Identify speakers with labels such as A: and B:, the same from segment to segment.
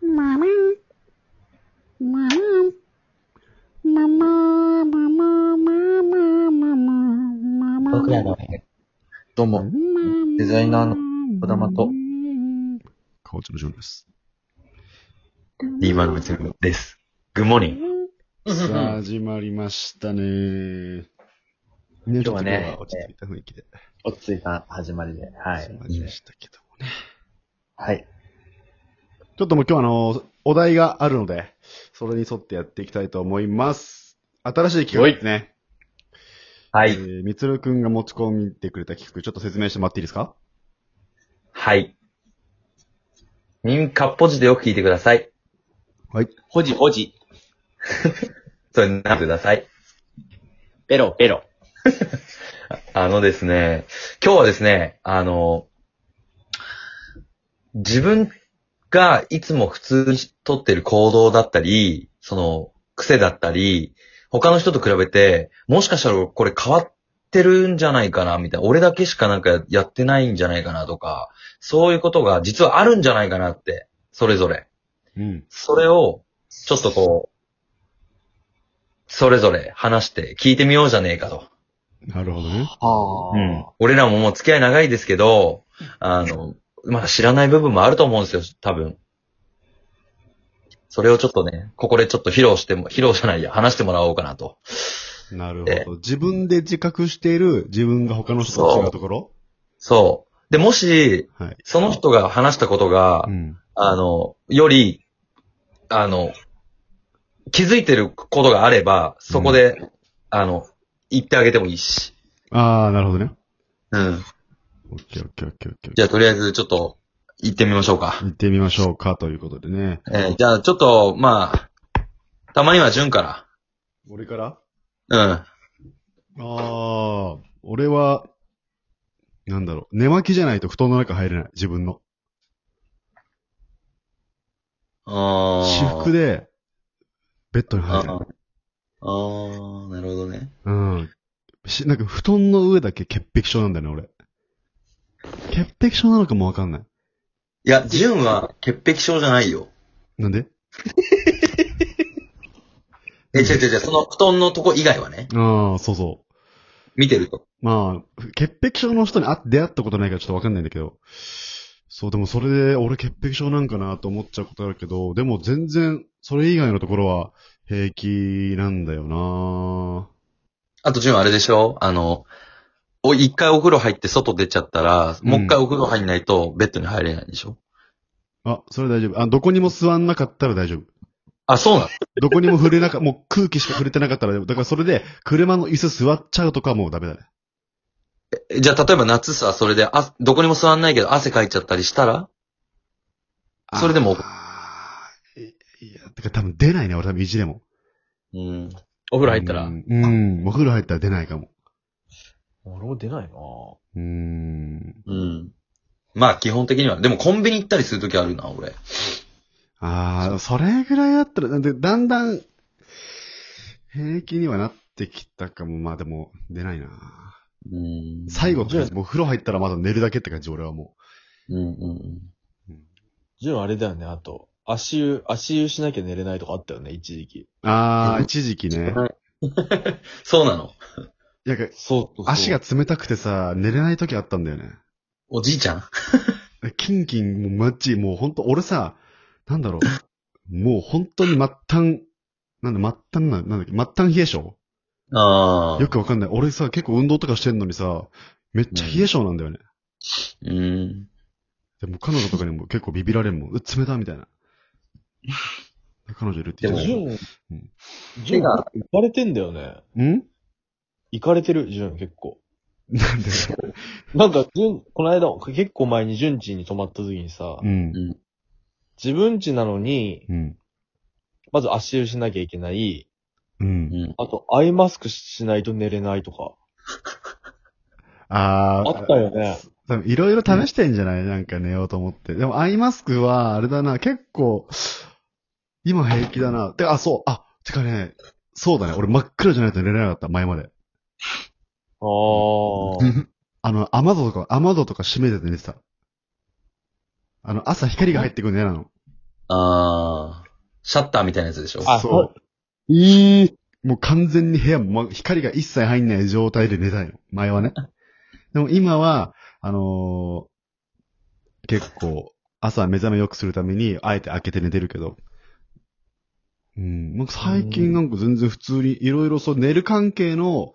A: ママン。ママン。ママ、ママ、ママ、ママ、ママ。
B: 僕らの、
C: どう
A: マ
C: も、
A: マ
C: デザイナーの児玉と。
D: かおちのじゅんです。
B: リーマンのゼロです。グッモーニング。
D: さあ、始まりましたね。ね、
C: 今日はね
D: ちょっと今日は落ち着いた雰囲気で
C: 落ち着いた始まりで。は
D: 始
C: い。
D: まりましたけどもね。
C: はい。
D: ちょっともう今日はあの、お題があるので、それに沿ってやっていきたいと思います。新しい企画ですね。
B: はい。
D: えー、みつるくんが持ち込んでくれた企画、ちょっと説明してもらっていいですか
B: はい。民家っぽじでよく聞いてください。
D: はい。
C: ほじほじ、
B: それ、なんでください。
C: ベロベロ。
B: あのですね、今日はですね、あの、自分がいつも普通にとってる行動だったり、その、癖だったり、他の人と比べて、もしかしたらこれ変わってるんじゃないかな、みたいな。俺だけしかなんかやってないんじゃないかなとか、そういうことが実はあるんじゃないかなって、それぞれ。
D: うん。
B: それを、ちょっとこう、それぞれ話して聞いてみようじゃねえかと。
D: なるほどね。
C: は
B: うん。俺らももう付き合い長いですけど、あの、まだ知らない部分もあると思うんですよ、多分。それをちょっとね、ここでちょっと披露しても、披露じゃないや、話してもらおうかなと。
D: なるほど。自分で自覚している自分が他の人と違うところ
B: そう。で、もし、
D: はい。
B: その人が話したことが、
D: うん。
B: あの、より、あの、気づいてることがあれば、そこで、あの、言ってあげてもいいし。
D: あー、なるほどね。
B: うん。
D: オッケーオッケーオッケーオッケー。
B: じゃあ、とりあえず、ちょっと、行ってみましょうか。
D: 行ってみましょうか、ということでね。
B: えーじゃあ、ちょっと、まあ、たまには順か
D: 俺から
B: ら。
D: ああ、俺は、なんだろう、寝巻きじゃないと布団の中入れない、自分の。
B: うん。あ
D: 私服
B: で。
D: で、ベッドに
B: あ
D: 入れない。
B: あ、なるほどね。
D: うん。し、なんか布団の上だけ潔癖症なんだよね、俺。潔癖症なのかもわかんない。
B: いや、順は潔癖症じゃないよ。
D: なんで
B: え、違う違う違う、その布団のとこ以外はね、
D: ああ、そうそ
B: 見てると。
D: う。まあ、潔癖症の人に会って出会ったことないからちょっとわかんないんだけど。そう、でもそれで俺潔癖症なんかなと思っちゃうことあるけど、でも全然、それ以外のところは平気なんだよな
B: あと順はあれでしょあの、お、一回お風呂入って外出ちゃったら、もう一回お風呂入んないとベッドに入れないでしょ、
D: あ、それ大丈夫。あ、どこにも座んなかったら大丈夫。
B: あ、そうなの
D: どこにも触れな か、もう空気しか触れてなかったら大丈夫。だからそれで、車の椅子座っちゃうとかはもうダメだね。
B: えじゃあ、例えば夏さ、それで、あ、どこにも座んないけど汗かいちゃったりしたらそれでも
D: あー。いいや、てか多分出ないね、俺多分意地でも。
B: うん。お
D: お
B: 風呂入ったら。
D: うん、うんお風呂入ったら出ないかも。
C: 俺も出ないなぁ。
D: うーん。
B: うん。まあ、基本的には。でも、コンビニ行ったりするときあるな、俺。
D: ああ、それぐらいだったら、なんでだんだん、平気にはなってきたかも。まあでも、出ないな。
B: うん
D: 最後って感じ、もう風呂入ったらまだ寝るだけって感じ、俺はも
B: うんうん。
C: じゃああれだよね、あと。足湯、足湯しなきゃ寝れないとかあったよね、一時期。
D: う。ああ、一時期ね。
B: そうなの。
D: いや、なんか
C: そうそうそう
D: 足が。冷たくてさ、寝れない時あったんだよね。
B: おじいちゃん
D: キンキン、もうマッチ、もうほんと、俺さ、なんだろ う。もう本当に末端、なんだ、末端な、なんだっけ、末端冷え性
B: ああ。
D: よくわかんない。俺さ、結構運動とかしてんのにさ、めっちゃ冷え性なんだよね。
B: うん。
D: でも彼女とかにも結構ビビられるもん。うっ、冷たみたいな。彼女いるって
B: で
D: 言
B: も
D: ってた
C: ジ
D: よ
C: ュン、ジュ
B: 手
C: ン、
B: が
C: 行かれてんだよね。
D: ん
C: 行かれてる、ジュン、結構。
D: なんで
C: なんか、ジュン、この間、結構前にジュン家に泊まった時にさ、
D: うん。
C: 自分家なのに、
D: うん。
C: まず足湯しなきゃいけない、
D: うん。
C: あと、アイマスクしないと寝れないとか。
D: あ
C: あ
D: ー
C: ったよね。
D: 多分いろいろ試してんじゃないなんか寝ようと思って。でもアイマスクは、あれだな、結構、今平気だな。てか、あ、そう、あ、てかね、そうだね、俺真っ暗じゃないと寝れなかった、前まで。
C: ああ。
D: あの、雨戸とか、雨戸とか閉めてて寝てた。あの、朝光が入ってくるの嫌なの。
B: あー。シャッターみたいなやつでしょ
C: あ
D: そう。
A: ええ
D: もう完全に部屋も、ま、光が一切入んない状態で寝たいの。前はね。でも今は、あのー結構、朝目覚め良くするために、あえて開けて寝てるけど。うん。なんか最近なんか全然普通に、いろいろそう寝る関係の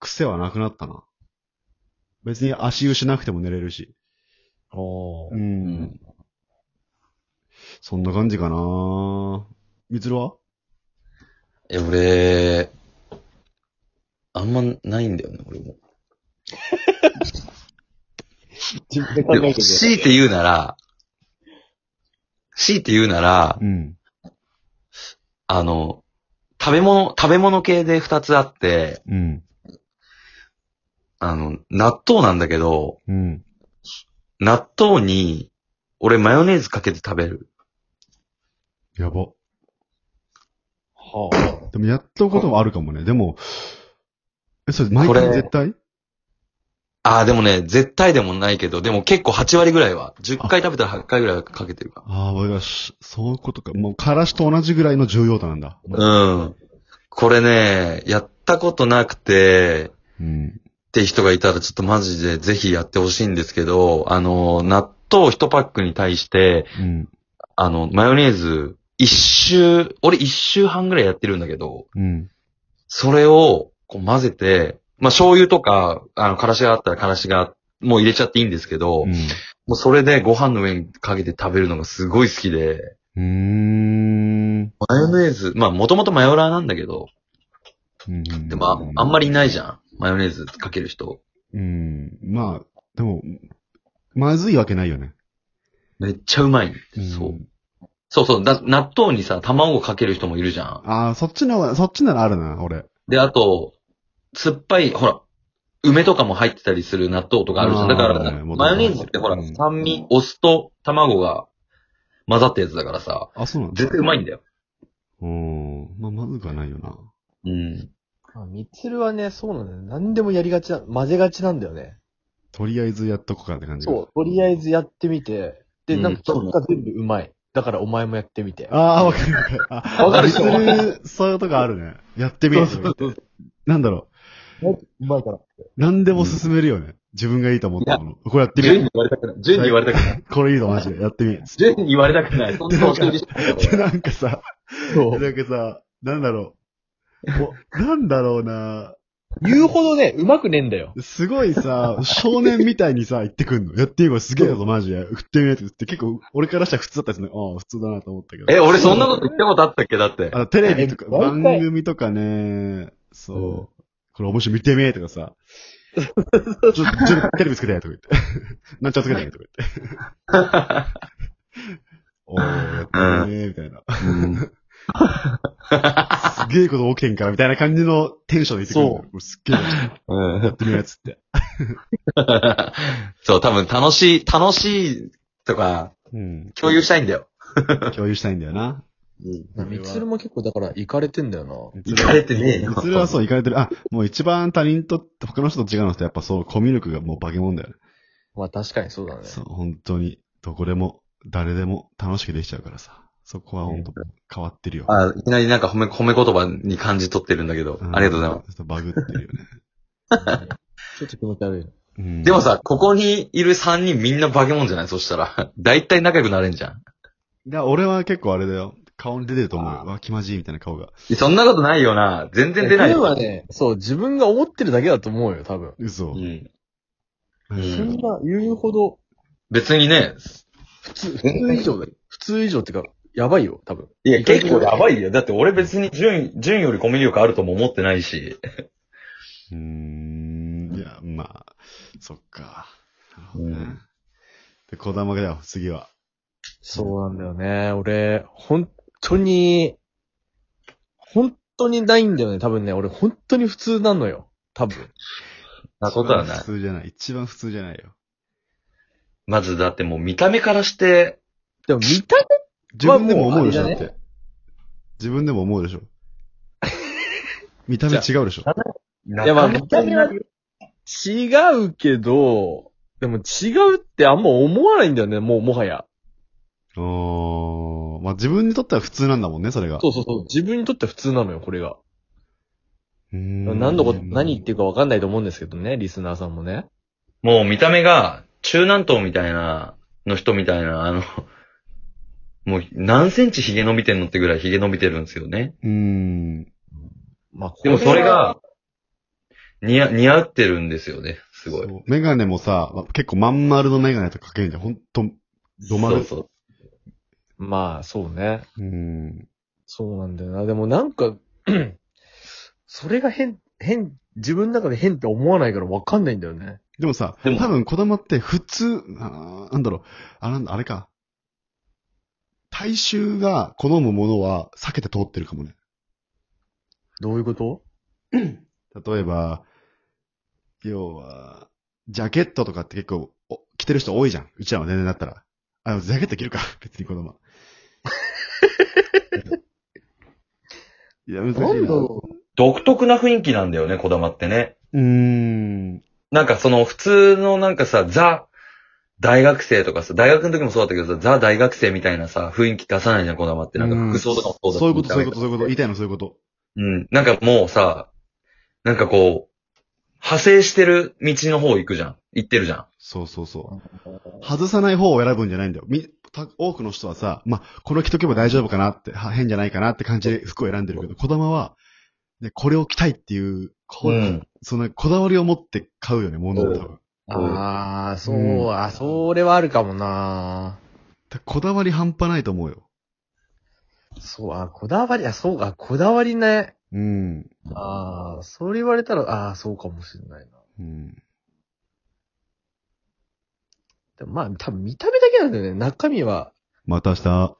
D: 癖はなくなったな。別に足湯しなくても寝れるし。
C: お
D: う
C: ー
D: ん。そんな感じかなみつるは
B: え、俺、あんまないんだよね、俺も。
C: 自分で考
B: で
C: え
B: も
C: てく
B: 強いて言うなら、強いて言うなら、
D: うん。
B: あの、食べ物、食べ物系で二つあって、
D: うん。
B: あの、納豆なんだけど、
D: うん。
B: 納豆に、俺マヨネーズかけて食べる。
D: やば。
C: はあ。
D: でもやったこともあるかもね。でも、え、それ、毎
B: これ
D: 回絶対
B: ああ、でもね、絶対でもないけど、でも結構8割ぐらいは、10回食べたら8回ぐらいはかけてるか
D: ああ、俺がし、そういうことか。もう、からしと同じぐらいの重要度なんだ。
B: ら。うん。これね、やったことなくて、
D: うん。
B: って人がいたらちょっとマジでぜひやってほしいんですけど、あの、納豆1パックに対して、
D: うん。
B: あの、マヨネーズ1周、俺1周半ぐらいやってるんだけど、
D: うん。
B: それをこう混ぜて、まあ醤油とか、あの、からしがあったらからしが、もう入れちゃっていいんですけど、
D: う
B: も
D: ん。
B: うそれでご飯の上にかけて食べるのがすごい好きで、
D: うーん。
B: マヨネーズ、まあもともとマヨラーなんだけど、
D: うん
B: でもああんまりいないじゃん。マヨネーズかける人。
D: うん。まあ、でも、まずいわけないよね。
B: めっちゃうまい。
D: ん
B: そう。。そうそう。だ、納豆にさ、卵かける人もいるじゃん。
D: ああ、そっちの方が、そっちならあるな、俺。
B: で、あと、酸っぱい、ほら、梅とかも入ってたりする納豆とかあるじゃん。
D: あ
B: だ
D: ー
B: から、
D: ねもともと
B: マヨネーズってほら
D: う、ん
B: 酸味、お酢と卵が混ざったやつだからさ、
D: あ、そうなんだ。
B: 絶対うまいんだよ。
D: うん。まあ、まずくはないよな。
B: うん。
C: まあ、みつるはね、そうなんだよ。何でもやりがちな、混ぜがちなんだよね。
D: とりあえずやっとこうかって感じが
C: そう。とりあえずやってみて、で、
B: うん
C: なんか結果全部うまい。だからお前もやってみて。
D: ああ、わかるわかる。あ
B: わかる
D: する、そういうとこあるね。やってみる。なんだろ
C: うまいから。
D: う。なんでも進めるよね。自分がいいと思ったもの。これやってみ
B: 順に
D: る。
B: 言われたくない。順に言われたくない。
D: これいいぞ、マジで。やってみる。
B: 順に言われたくない。そんなお人よりしかない
D: で、なんかさ、
C: そう。
D: なんかさ、なんだろう。おなんだろうな。
C: 言うほどね、うまくねえんだよ。
D: すごいさ、少年みたいにさ、言ってくんの。やってみるこれすげえぞ、マジで。振ってみるって言って、結構、俺からしたら普通だったですね。ああ、普通だなと思ったけど。
B: え、俺そんなこと言ったことあったっけだって
D: あ。の、テレビとか、
C: え毎
D: 番
C: 回
D: 組とかね、そう。これ面白い、見てみえとかさ。ちょ、ちょ、テレビつけてとか言って。 なんちゃらつけてとか言って。おー、やってるねみたいな。すげえこと起きてんから、みたいな感じのテンションで言ってくるんだよ。これすっげえ、や
B: うん
D: ってみえやつって。
B: そう、多分楽しい、楽しいとか、
D: うん。
B: 共有したいんだよ。
D: 共有したいんだよな。
B: うん。
C: みつるも結構だから、行かれてんだよな。
B: 行かれてねえよ。
D: それはそう、行かれてる。あ、もう一番他人と、他の人と違うのって、やっぱそう、コミュ力がもう化け物だよね。
C: まあ確かにそうだね。
D: そう、本当に、どこでも、誰でも楽しくできちゃうからさ。そこは本当変わってるよ。
B: あ、いきなりなんか褒め、褒め言葉に感じ取ってるんだけど、
D: ん
B: ありがとうございま
D: ちょっとバグってるよ ね。
C: ちょっと気持ち悪いな。
D: うん
B: す。でも、さ、ここにいる3人みんな化け物じゃないそしたら。 だいたい仲良くなれんじゃん。
D: いや俺は結構あれだよ。顔に出てると思う
C: あ
D: よ。わ、気まじいみたいな顔が。
B: いやそんなことないよな。全然出ない
C: みつるは
B: よ。
C: ね、そう、自分が思ってるだけだと思うよ、多分。
D: 嘘。
B: うん。
D: う
C: そ
B: ん
C: んな言うほど、
B: 別にね。
C: 普通、普通以上だよ。普通以上ってか、やばいよ、多分。
B: いや、
C: 意外と
B: 結構やばいよ。だって俺別に順、順よりコミュ力あるとも思ってないし。
D: うーん。いや、まあ、そっか。なるほどね。
B: うん
D: で、小玉だよ、次は。
C: そうなんだよね。俺、本当に、本当にないんだよね。多分ね、俺本当に普通なのよ。多分。
B: なことはない
D: 普。通じゃない。一番普通じゃないよ。
B: まずだってもう見た目からして、
C: でも見た
D: 自分でも思うでしょ、
C: まあ
D: だ
C: もう
D: って。自分でも思うで しょ。見た目違うでしょ。
B: ない
C: やまあ
B: かなかいないよ
C: 違うけど、でも違うってあんま思わないんだよね、もうもはや。
D: おー、まあ、あ、自分にとっては普通なんだもんね、それが。
C: そうそうそう。自分にとっては普通なのよ、これが。
D: うーん。
C: 何のこと、何言ってるか分かんないと思うんですけどね、リスナーさんもね。
B: もう見た目が中南東みたいな、の人みたいな、あの、もう何センチ髭伸びてんのってぐらい髭伸びてるんですよね。
D: うーん。
C: まあ、こ
B: でもそれが、似合似合ってるんですよね。すごい。
D: そう。メガネもさ、結構まん丸のメガネとかかけるんじゃん。ほんと、どま
B: そ
D: る。
B: うそう。
C: まあ、そうね。
D: うーん。
C: そうなんだよな。でもなんか、 それが変、変、自分の中で変って思わないから分かんないんだよね。
D: でもさ、
B: でも
D: 多分子供って普通、あーなんだろう、あなんだあれか。大衆が好むものは避けて通ってるかもね。
C: どういうこと
D: 例えば、要は、ジャケットとかって結構お着てる人多いじゃん。うちらは全然だったら。あ、ジャケット着るか、 別に子供は。いや、難しいな。う
B: 独特な雰囲気なんだよね、こだまってね。
D: ーん。
B: なんかその普通のなんかさ、ザ、大学生とかさ、大学の時もそうだったけどさ、ザ大学生みたいなさ、雰囲気出さないじゃん、こだまって。なんか服装とかもそうだし
D: そういうこと、そういう
B: 見
D: こ
B: た目
D: と、そういうこと。言いたいの、そういうこと。
B: うん。なんかもうさ、なんかこう、派生してる道の方行くじゃん。行ってるじゃん。
D: そうそうそう。外さない方を選ぶんじゃないんだよ。み、た多くの人はさ、まあ、これ着とけば大丈夫かなって、は変じゃないかなって感じで服を選んでるけど、子供は、ね、これを着たいっていう、こう、
B: うん
D: そのこだわりを持って買うよね、物を多
B: そ
D: 分。
C: ああ、そう、
D: う
C: あ、それはあるかもな。
D: だこだわり半端ないと思うよ。
C: そう、あ、こだわり、あ、そうか、こだわりね。
D: うん。
C: ああ、それ言われたら、ああ、そうかもしれないな。
D: うん。
C: でもまあ、多分見た目だけなんだよね。中身は、
D: また明日。